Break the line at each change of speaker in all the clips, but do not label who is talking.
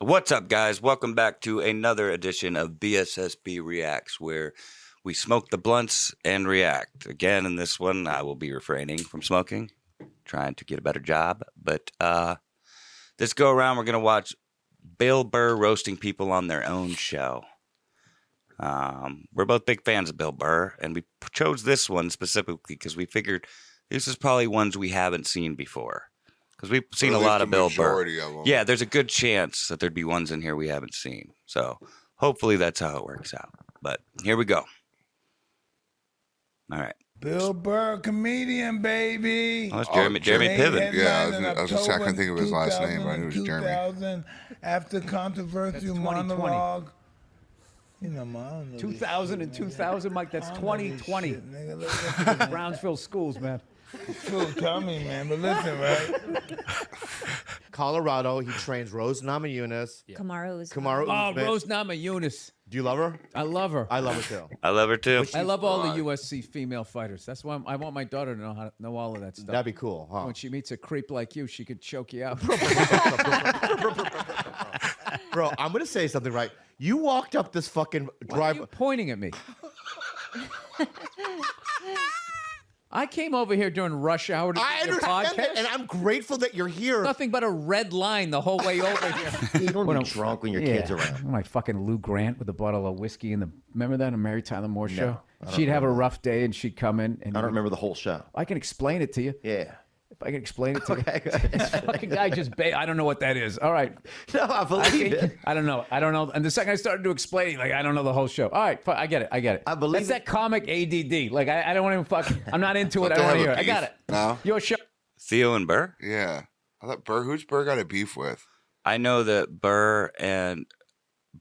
What's up, guys? Welcome back to another edition of BSSB Reacts, where we smoke the blunts and react. Again, in this one, I will be refraining from smoking, trying to get a better job. But uh, this go around, we're going to watch Bill Burr roasting people on their own show. Um, we're both big fans of Bill Burr, and we p- chose this one specifically because we figured this is probably ones we haven't seen before. Because we've seen
Or
a
at least
lot
the
of Bill Burr.
majority of 'em.
Yeah, there's a good chance that there'd be ones in here we haven't seen. So hopefully that's how it works out. But here we go. All right.
Bill Burr, comedian, baby.
Well, that's Jeremy,
Oh,
Jeremy
Made
Piven.
headlines
Yeah, I was
in
gonna- I was gonna say, I
October
couldn't think of his last name, but I knew it was
2000
Jeremy.
2000, After controversial
2020.
monologue. You know, man, I don't know this
2000 and 2000, Mike. That's
shit. I don't know this
2020.
shit, nigga. Look, look, look,
Brownsville schools, man.
Cool, tell me, man. But listen, right?
Colorado. He trains Rose Namajunas.
Kamaru is
Kamara
Oh,
Usman.
Rose Nama Yunus.
Do you love her?
I love her. I,
I love her too.
I love her too.
love all the USC female fighters. That's why I'm, I want my daughter to know how to know all of that stuff.
That'd be cool, huh?
When she meets a creep like you, she could choke you out.
Bro, I'm gonna say something right. You walked up this fucking
Why are you
drive.
pointing at me? I came over here during rush hour to do
I
your
understand
podcast.
that, and I'm grateful that you're here.
Nothing but a red line the whole way over here.
You don't
When
be
I'm-
drunk when your kids are around.
My fucking Lou Grant with a bottle of whiskey and the remember that on Mary Tyler Moore show. She'd have a rough day and she'd come in and
I don't remember the whole show.
I can explain it to you.
Yeah.
If I can explain it to you. This fucking guy just ba- I don't know what that is. All right.
No, I believe it.
I don't know. I don't know. And the second I started to explain, like I don't know the whole show. All right, fi- I get it. I get it.
I believe
That's that
it.
comic ADD. Like I, I don't want to fucking. I'm not into it.
they
I don't want
have
to hear.
a
it. I got it.
beef now?
Your show.
Theo and Burr.
Yeah. I thought Burr, who's Burr got a beef with?
I know that Burr and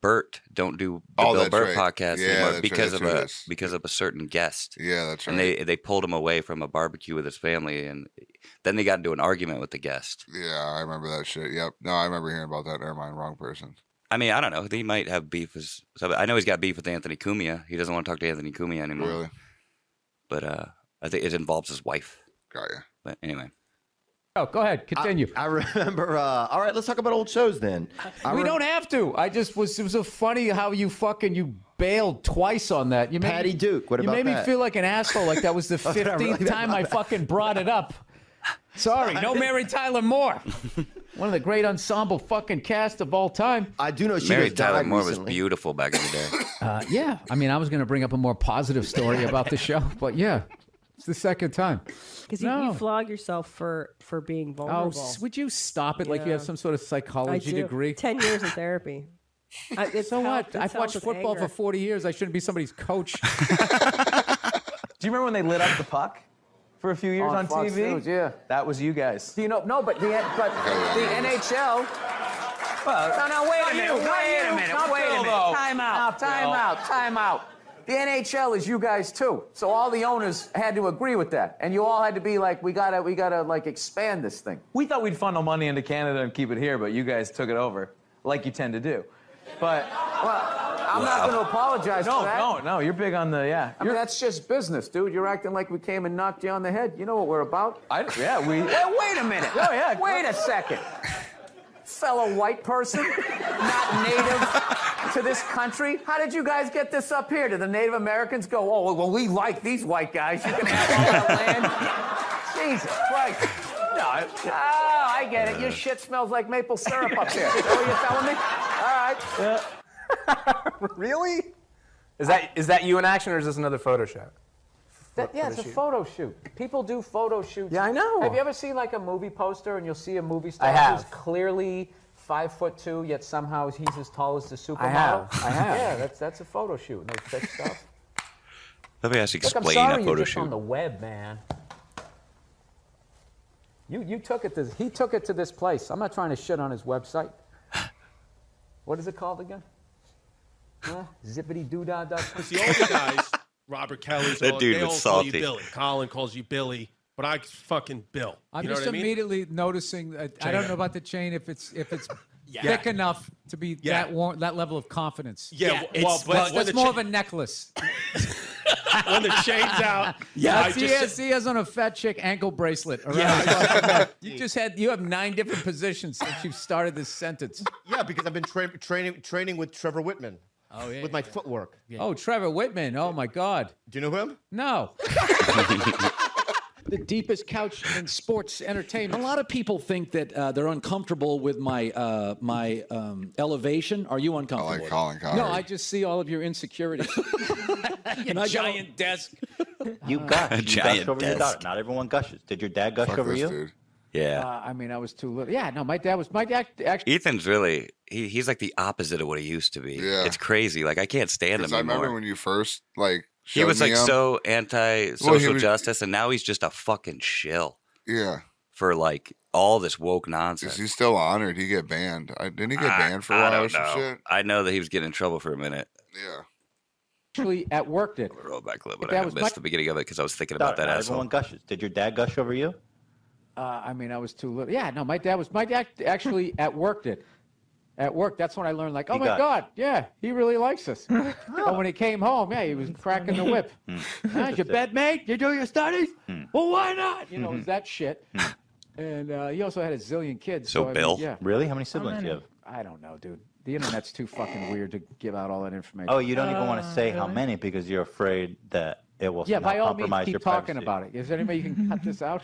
Bert don't do the
Oh,
Bill
that's
Burr
right.
podcast
Yeah,
anymore
that's right,
because
that's
of
who it
a
is.
because of a certain guest.
Yeah, that's right.
And they they pulled him away from a barbecue with his family, and then they got into an argument with the guest.
yeah, I remember that shit. Yep. No, I remember hearing about that. Never mind, wrong person.
I mean, I don't know. They might have beef. As, so I know he's got beef with Anthony Cumia. He doesn't want to talk to Anthony Cumia anymore.
Really?
But uh, I think it involves his wife.
Got you.
But anyway,
Oh, go ahead. Continue.
I remember. Uh, all right, let's talk about old shows then. I
we
rem-
don't have to. I just was. It was so funny how you fucking you bailed twice on that. You made
Patty
me,
Duke, what
you
about
made me
that?
feel like an asshole. Like that was the
What about
fifteenth
that?
time I fucking brought it up. Sorry, no Mary Tyler Moore. One of the great ensemble fucking cast of all time.
I do know she
Mary
just
Tyler
died
Moore was
recently.
beautiful back in the day.
Uh, yeah, I mean, I was going to bring up a more positive story about the show, but yeah, it's the second time.
Because you,
No.
you flog yourself for for being
Oh,
vulnerable.
s- would you stop it? Like you
Yeah.
have some sort of
I
psychology
do.
degree?
Ten years in therapy. I, it's
So
helped.
what?
It's
I've
helped
watched
with
football for
anger.
40 years. I shouldn't be somebody's coach.
Do you remember when they lit up the puck for a few years on, TV? yeah. Oh, That was you guys.
You know, no, but the but
yeah,
the
yeah.
NHL. Well, no, no, wait a minute, wait a minute, wait a minute. Time out, time out, time out. The NHL is you guys too, so all the owners had to agree with that, and you all had to be like, we gotta, we gotta like expand this thing.
We thought we'd funnel money into Canada and keep it here, but you guys took it over, like you tend to do. But
I'm not gonna apologize
no,
for that.
no, no, you're big on the yeah.
I mean, that's just business, dude. You're acting like we came and knocked you on the head. You know what we're about.
I, yeah, we.
Hey, wait a minute.
Oh, yeah.
Wait a second. Fellow white person, not native to this country. How did you guys get this up here? Did the Native Americans go, oh, well, we like these white guys. You can have all that land. Jesus Christ. No, I, oh, I get it. Your shit smells like maple syrup up here. Is that what you're telling me? All right.
Really? Is that is that you in action or is this another photo shot?
That- yeah, it's a photo shoot. People do photo shoots.
Yeah, I know.
Have you ever seen like a movie poster and you'll see a movie star
I
who's
have.
clearly five foot two, yet somehow he's as tall as the supermodel?
have. I have.
Yeah, that's that's a photo shoot. and They fix stuff.
Let me ask you,
Look, I'm
explain
sorry
a
you're
photo
just on
shoot.
the web, man. You you took it to he took it to this place. I'm not trying to shit on his website. What is it called again? Huh? Zippity doodah dot.
the older guys, Robert Kelly's,
That
all,
dude
they all
was
call
salty.
you Billy. Colin calls you Billy, but I fucking Bill.
I'm
you know
just
what I mean?
immediately noticing. That, I don't
Chain.
know about the chain if it's if it's
Yeah.
thick enough to be
Yeah.
that war- that level of confidence.
Yeah,
That's-
well, but when
that's
the
more of
cha-
a necklace.
when the chain's out.
Yeah,
I
see,
just-
has, he has on a fat chick ankle bracelet. Around
Yeah.
his fucking neck. you just had you have nine different positions since you've started this sentence.
Yeah, because I've been tra- training training with Trevor Whitman.
Oh yeah.
with my footwork.
Oh, Trevor Whitman. Oh my God.
Do you know him?
No.
the deepest couch in sports entertainment. A lot of people think that uh, they're uncomfortable with my uh, my um, elevation. Are you uncomfortable?
like
with it?
Colin Cowherd.
No, I just see all of your insecurities. and I giant
desk.
You gush. You
giant
gushed over your
desk.
daughter. Not everyone gushes. Did your dad gush
Fuck
over
this
you?
dude.
Yeah.
Uh, I mean, I was too little. Yeah. No, my dad was my dad actually.
Ethan's really he, he's like the opposite of what he used to be.
Yeah.
It's crazy. Like I can't stand
'Cause
him
I
anymore.
remember when you first like
he was
showed me
like
him.
so anti social
Well, he was-
justice and now he's just a fucking shill
yeah.
for like all this woke
Is
nonsense.
he still honored? He get banned. I, didn't he get banned for a
I, I
while
don't
or some
know.
shit?
I know that he was getting in trouble for a minute.
Yeah.
actually at work did.
Roll back a little bit.
that
I
was
missed
my-
the beginning of it because I was thinking
Daughter,
about that
not
asshole.
everyone gushes. Did your dad gush over you?
Uh, I mean, I was too little. Yeah. No, my dad was my dad actually at work did. At work, that's when I learned, like, oh
He
my
got-
God, yeah, he really likes us. But when he came home, yeah, he was cracking the whip.
Hmm.
Huh, your bed mate? You do your studies? Well, why not? You know,
Hmm.
it was that shit. and uh, he also had a zillion kids.
So
I mean,
Bill?
yeah,
Really? How many siblings do you have?
I don't know, dude. The internet's too fucking weird to give out all that information.
Oh, you don't even want to say how many because you're afraid that it will
Uh, yeah,
somehow
by all means,
compromise your
keep talking
privacy.
about it. Is there any way you can cut this out?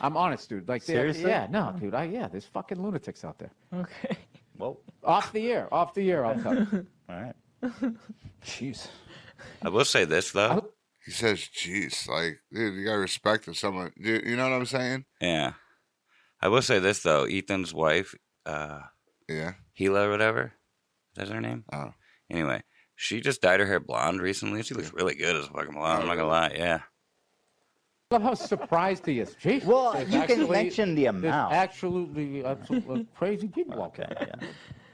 I'm honest, dude. Like, they-
Seriously?
Yeah, no, dude. I yeah, there's fucking lunatics out there.
Okay.
Whoa.
Off the air, off the air. I'll tell you.
All right.
Jeez.
I will say this though.
He says, "Jeez, like, dude, you gotta respect if someone, dude, you know what I'm saying?
Yeah. I will say this though. Ethan's wife, uh
Yeah,
Gila or whatever. Is that her name?
Oh.
Anyway, she just dyed her hair blonde recently. She looks really good as a fucking blonde. I'm not gonna lie. Yeah.
Love how surprised he is. Jeez.
Well,
There's
you
actually-
can mention the
There's
amount.
absolutely, absolutely crazy people out
okay.
there.
Yeah.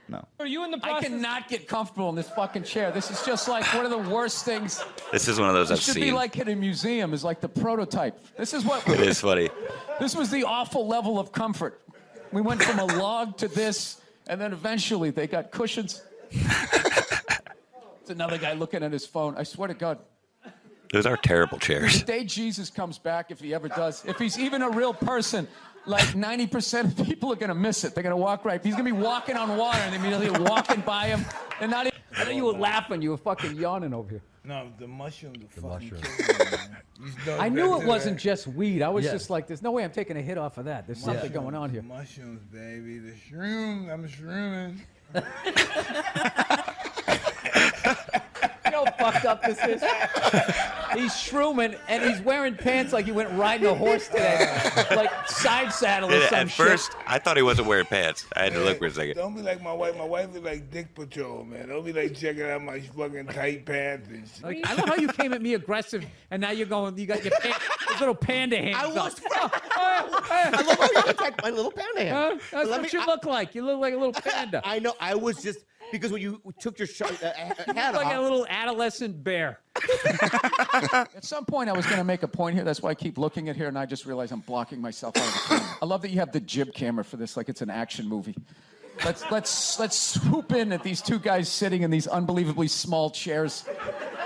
No.
Are you in the
I
process?
cannot get comfortable in this fucking chair. This is just like one of the worst things.
This is one of those I've
This should be
seen.
like in a museum. Is like the prototype. This is what
it is funny.
This was the awful level of comfort. We went from a log to this, and then eventually they got cushions. it's another guy looking at his phone. I swear to God,
Those are terrible chairs.
the day Jesus comes back, if he ever does, if he's even a real person, like 90% of people are going to miss it. They're going to walk right. He's going to be walking on water and immediately walking by him. And not even. I know you were laughing. You were fucking yawning over here.
No, the mushrooms are fucking killing me, man. These dogs
I knew
that
it
do
wasn't
that-
just weed. I was
Yeah.
just like, there's no way I'm taking a hit off of that. There's something going on here.
Mushrooms, baby. The shrooms. I'm shrooming.
You know how fucked up this is? He's shrooming and he's wearing pants like he went riding a horse today. like side saddle or
At-
some
At first, I thought he wasn't wearing pants. I had to look for a second.
Don't be like my wife. My wife is like Dick Patrol, man. Don't be like checking out my fucking tight pants and shit.
shit. Like, I love how you came at me aggressive and now you're going, you got your pan, those little panda hands.
I
up.
was-
Oh, oh, oh,
I love how you attacked my little panda hand.
oh,
But let
that's what
me-
you
I-
look like. You look like a little panda.
I know. I was just because when you took your shirt, uh, uh,
You
hat
look like a
off.
little adolescent bear.
At some point, I was going to make a point here. That's why I keep looking at here, and I just realize I'm blocking myself out of the camera. I love that you have the jib camera for this, like it's an action movie. Let's let's let's swoop in at these two guys sitting in these unbelievably small chairs.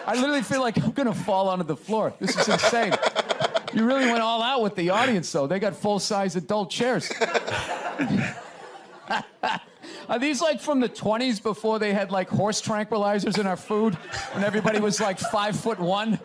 I literally feel like I'm going to fall onto the floor. This is insane. You really went all out with the audience, though. They got full-size adult chairs. Are these like from the 20s before they had like horse tranquilizers in our food and everybody was like five foot one?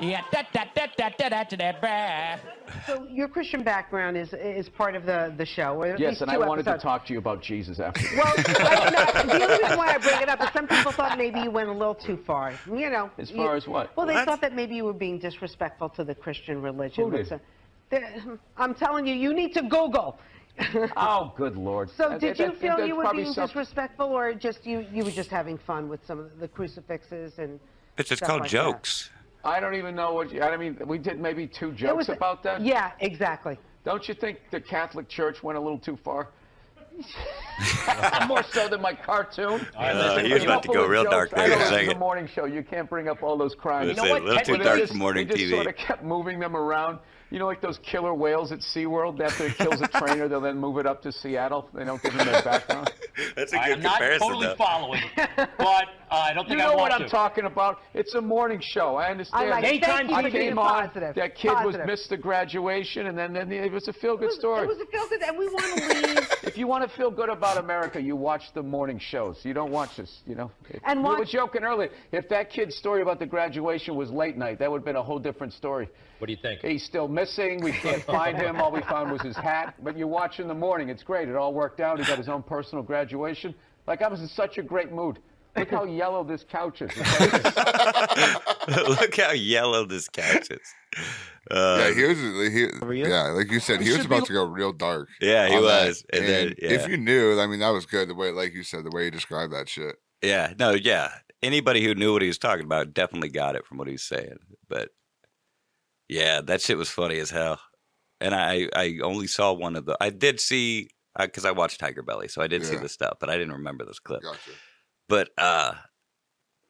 Yeah, da da da da da da da da. brah.
So your Christian background is is part of the the show. Or at
Yes,
least
and I
two
wanted to
episodes.
talk to you about Jesus after.
Well, I, no, the only reason why I bring it up is some people thought maybe you went a little too far. You know.
As far
you-
as what?
Well, they
What?
thought that maybe you were being disrespectful to the Christian religion.
Who did?
with some- the- I'm telling you, you need to Google.
Oh, good lord!
So
That-
did
that-
you
that-
feel
that's
you were
probably
being
some-
disrespectful, or just you you were just having fun with some of the crucifixes and?
It's just
stuff
called
like that?
jokes.
I don't even know what. You, I mean, we did maybe two
It
jokes
was-
about that.
Yeah, exactly.
Don't you think the Catholic Church went a little too far?
More so than my cartoon.
All right, listen, Uh, he was about to go real dark there in a
This is The
second.
morning show. You can't bring up all those crimes.
Let's say a little too
Ted, we
dark
just-
for morning
we just
TV.
sort of kept moving them around. You know, like those killer whales at SeaWorld. After it kills a trainer, they'll then move it up to Seattle. They don't give them their background.
That's
a
I'm not totally following, but uh, I don't
You
think I
know
want
what I'm
to.
talking about. It's a morning show. I understand.
I like it. Daytime
I
TV.
came on.
Positive.
That kid
Positive.
was missed the graduation, and then, then it was a feel good story.
It was a feel good, and we want to leave.
if you want to feel good about America, you watch the morning shows. You don't watch this, you know.
And
we were
watch-
joking earlier. If that kid's story about the graduation was late night, that would have been a whole different story.
What do you think?
He's still missing. We can't find him. All we found was his hat. But you watch in the morning. It's great. It all worked out. He got his own personal graduation. Like I was in such a great mood. Look how yellow this couch is.
Look how yellow this couch is. Uh,
yeah, he was. He, yeah, like you said,
We
he was
should be-
about to go real dark.
Yeah, he
on that.
was, and then- yeah.
if you knew, I mean, that was good. The way, like you said, the way you described that shit.
Yeah, no, yeah. Anybody who knew what he was talking about definitely got it from what he was saying. But yeah, that shit was funny as hell. And I, I only saw one of the. I did see because I watched Tiger Belly, so I did see
Yeah.
the stuff, but I didn't remember this clip.
Gotcha.
But uh,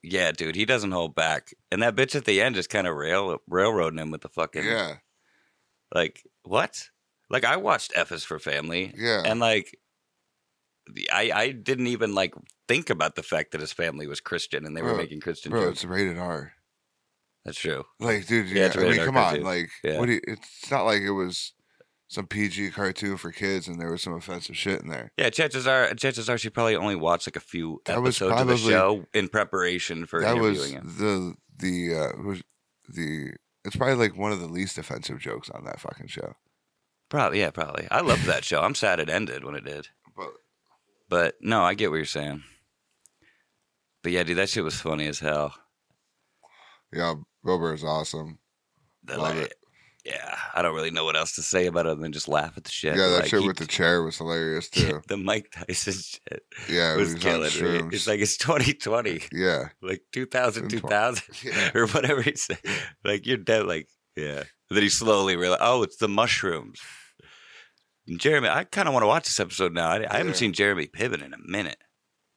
yeah, dude, he doesn't hold back, and that bitch at the end is kind of rail railroading him with the fucking
Yeah.
Like what? Like I watched F is for Family,
Yeah.
and like the- I, I didn't even like think about the fact that his family was Christian and they were
Bro,
making Christian
bro,
jokes.
it's rated R.
That's true.
Like, dude,
Yeah,
yeah,
it's
I
rated
mean,
R
come on,
cartoon.
like,
Yeah.
what? Do you, it's not like it was some PG cartoon for kids, and there was some offensive shit in there.
Yeah, chances are, chances are she probably only watched like a few
That was
episodes of the
probably-
show in preparation for
that
interviewing
was
him.
the the uh, was the. It's probably like one of the least offensive jokes on that fucking show.
Probably, yeah, probably. I loved that show. I'm sad it ended when it did.
But-
But no, I get what you're saying. But yeah, dude, that shit was funny as hell.
Yeah, Wilbur is awesome.
That,
Love
like, Yeah, I don't really know what else to say about it other than just laugh at the shit.
Yeah, that
Like,
shit
he-
with the chair was hilarious too.
the Mike Tyson shit.
Yeah, it
was
was on
killing me.
shrooms.
It's like it's 2020.
Yeah.
like 2000, 2000
Yeah.
or whatever he said. Like you're dead. Like yeah. And then he slowly realized, oh, it's the mushrooms. And Jeremy, I kind of want to watch this episode now. I, I haven't
Yeah.
seen Jeremy Piven in a minute.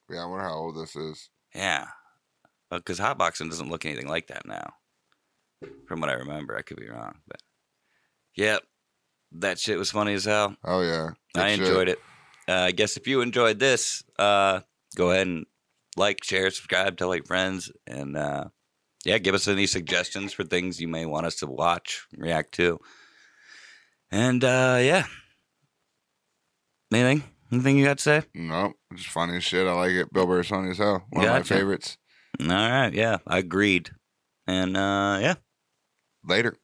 Yeah, I wonder how old this is.
Yeah, Uh, because hotboxing doesn't look anything like that now, from what I remember. I could be wrong, but yep, that shit was funny as hell.
Oh yeah,
I
Good shit.
enjoyed it. Uh, I guess if you enjoyed this, uh, go ahead and like, share, subscribe, tell your friends, and uh, yeah, give us any suggestions for things you may want us to watch, react to, and uh, yeah. Anything? Anything you got to say?
No, it's funny as shit. I like it. Bill Burr's funny as hell. One of
Gotcha.
my favorites.
All right, yeah, agreed. And uh, yeah,
later.